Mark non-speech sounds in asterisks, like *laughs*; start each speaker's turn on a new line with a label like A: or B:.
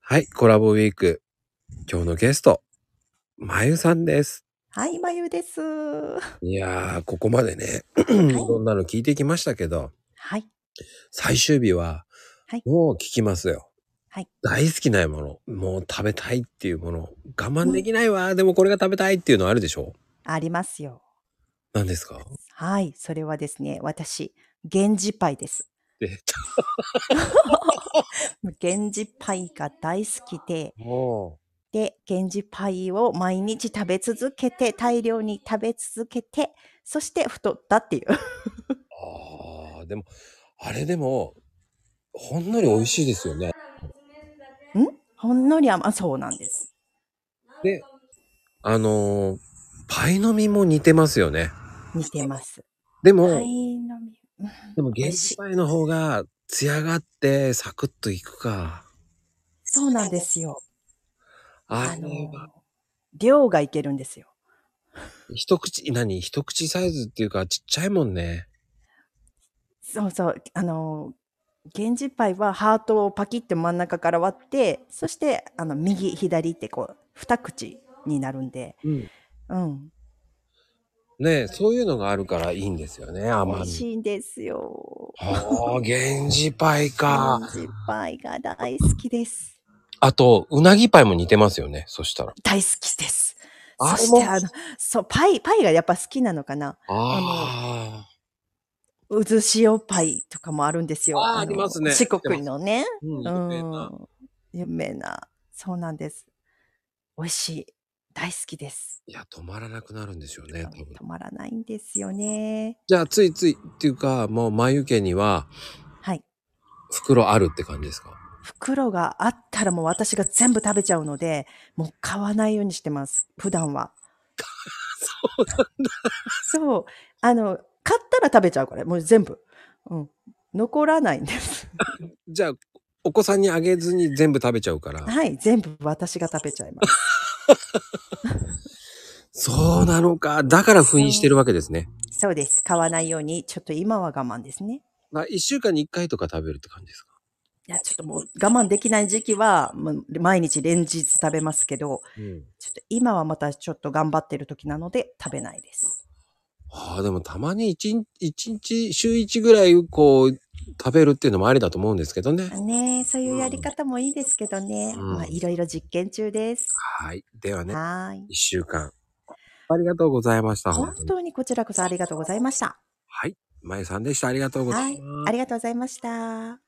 A: はい、コラボウィーク。今日のゲスト、まゆさんです。
B: はい、まゆです。はい
A: やー、ここまでね、
B: い
A: いろんなの聞いてきましたけど、
B: い。
A: 最終日は
B: はい、
A: もう聞きますよ。
B: はい
A: 大好きなもの、もう食べたいっていうもの、我慢できないわ、でもこれが食べたいっていうのあるでしょ
B: ありますよ。
A: 何ですか
B: はい。それはですね、私、源氏パイです。
A: えっ
B: 源氏パイが大好きで、
A: と、も
B: で、源氏パイを毎日食べ続けて、大量に食べ続けて、そして太ったっていう。
A: う、あー、でも、あれでも、ほんのり美味しいですよね。
B: ほんのり甘そうなんです。
A: あのー、パイの実も似てますよね。
B: 似てます。
A: でも、
B: パイの実。うん
A: でも
B: 美
A: 現
B: 味しい
A: 地パイの方が艶があってサクッといくか。
B: そうなんですよ。
A: あ
B: あの
A: れは、、
B: 量がいけるんですよ。
A: 一口、何一口サイズっていうかちっちゃいもんね。
B: そうそう、あの、源氏パイはハートをパキって真ん中から割って、そして、あの、右、左ってこう、二口になるんで、
A: うん。
B: うん、
A: ねえそういうのがあるからいいんですよね、
B: 美
A: 甘
B: 味
A: み。
B: しいんですよ。 *laughs*
A: ああ、源氏パイか。
B: 源氏パイが大好きです。
A: あと、うなぎパイも似てますよね、そしたら。
B: 大好きです。
A: あ
B: そ
A: れ
B: し
A: も
B: て、あの、そう、パイ、パイがやっぱ好きなのかな。
A: あ
B: うず塩パイとかもあるんですよ。
A: あー
B: の
A: ありますね
B: 四国のね。
A: あ。うん、有
B: う。
A: 名なん
B: 有名な。そうなんです。美味しい。大好きです。
A: いや、止まらなくなるんでしょうね、多分。
B: 止まらないんですよね。
A: じゃあ、ついついっていうか、もう眉毛には
B: はい。
A: 袋あるって感じですか
B: 袋があったらもう私が全部食べちゃうので、もう買わないようにしてます。普段は。
A: *laughs* そう
B: そう。あの、買ったら食べちゃうから、もう全部。うん。残らないんです。
A: じゃあ、お子さんにあげずに全部食べちゃうから。
B: はい。全部私が食べちゃいます。
A: そうなのか。だから封印してるわけですね。
B: そうです。買わないように、ちょっと今は我慢ですね。
A: まあ、一週間に一回とか食べるって感じですか。
B: いや、ちょっともう我慢できない時期は、もう毎日連日食べますけど、
A: うん。
B: ちょっと今はまたちょっと頑張ってる時なので食べないです。
A: ああ、でもたまに一日、一日、週一ぐらい、こう、食べるっていうのもありだと思うんですけどね。
B: ねえ、そういうやり方もいいですけどね。
A: うん
B: まあ、いろいろ実験中です。
A: はい。ではね、
B: はーい。
A: 一週間。ありがとうございました。
B: 本当にこちらこそありがとうございました。
A: はい。まゆさんでした。ありがとうござ
B: はいい
A: ます。。
B: ありがとうございました。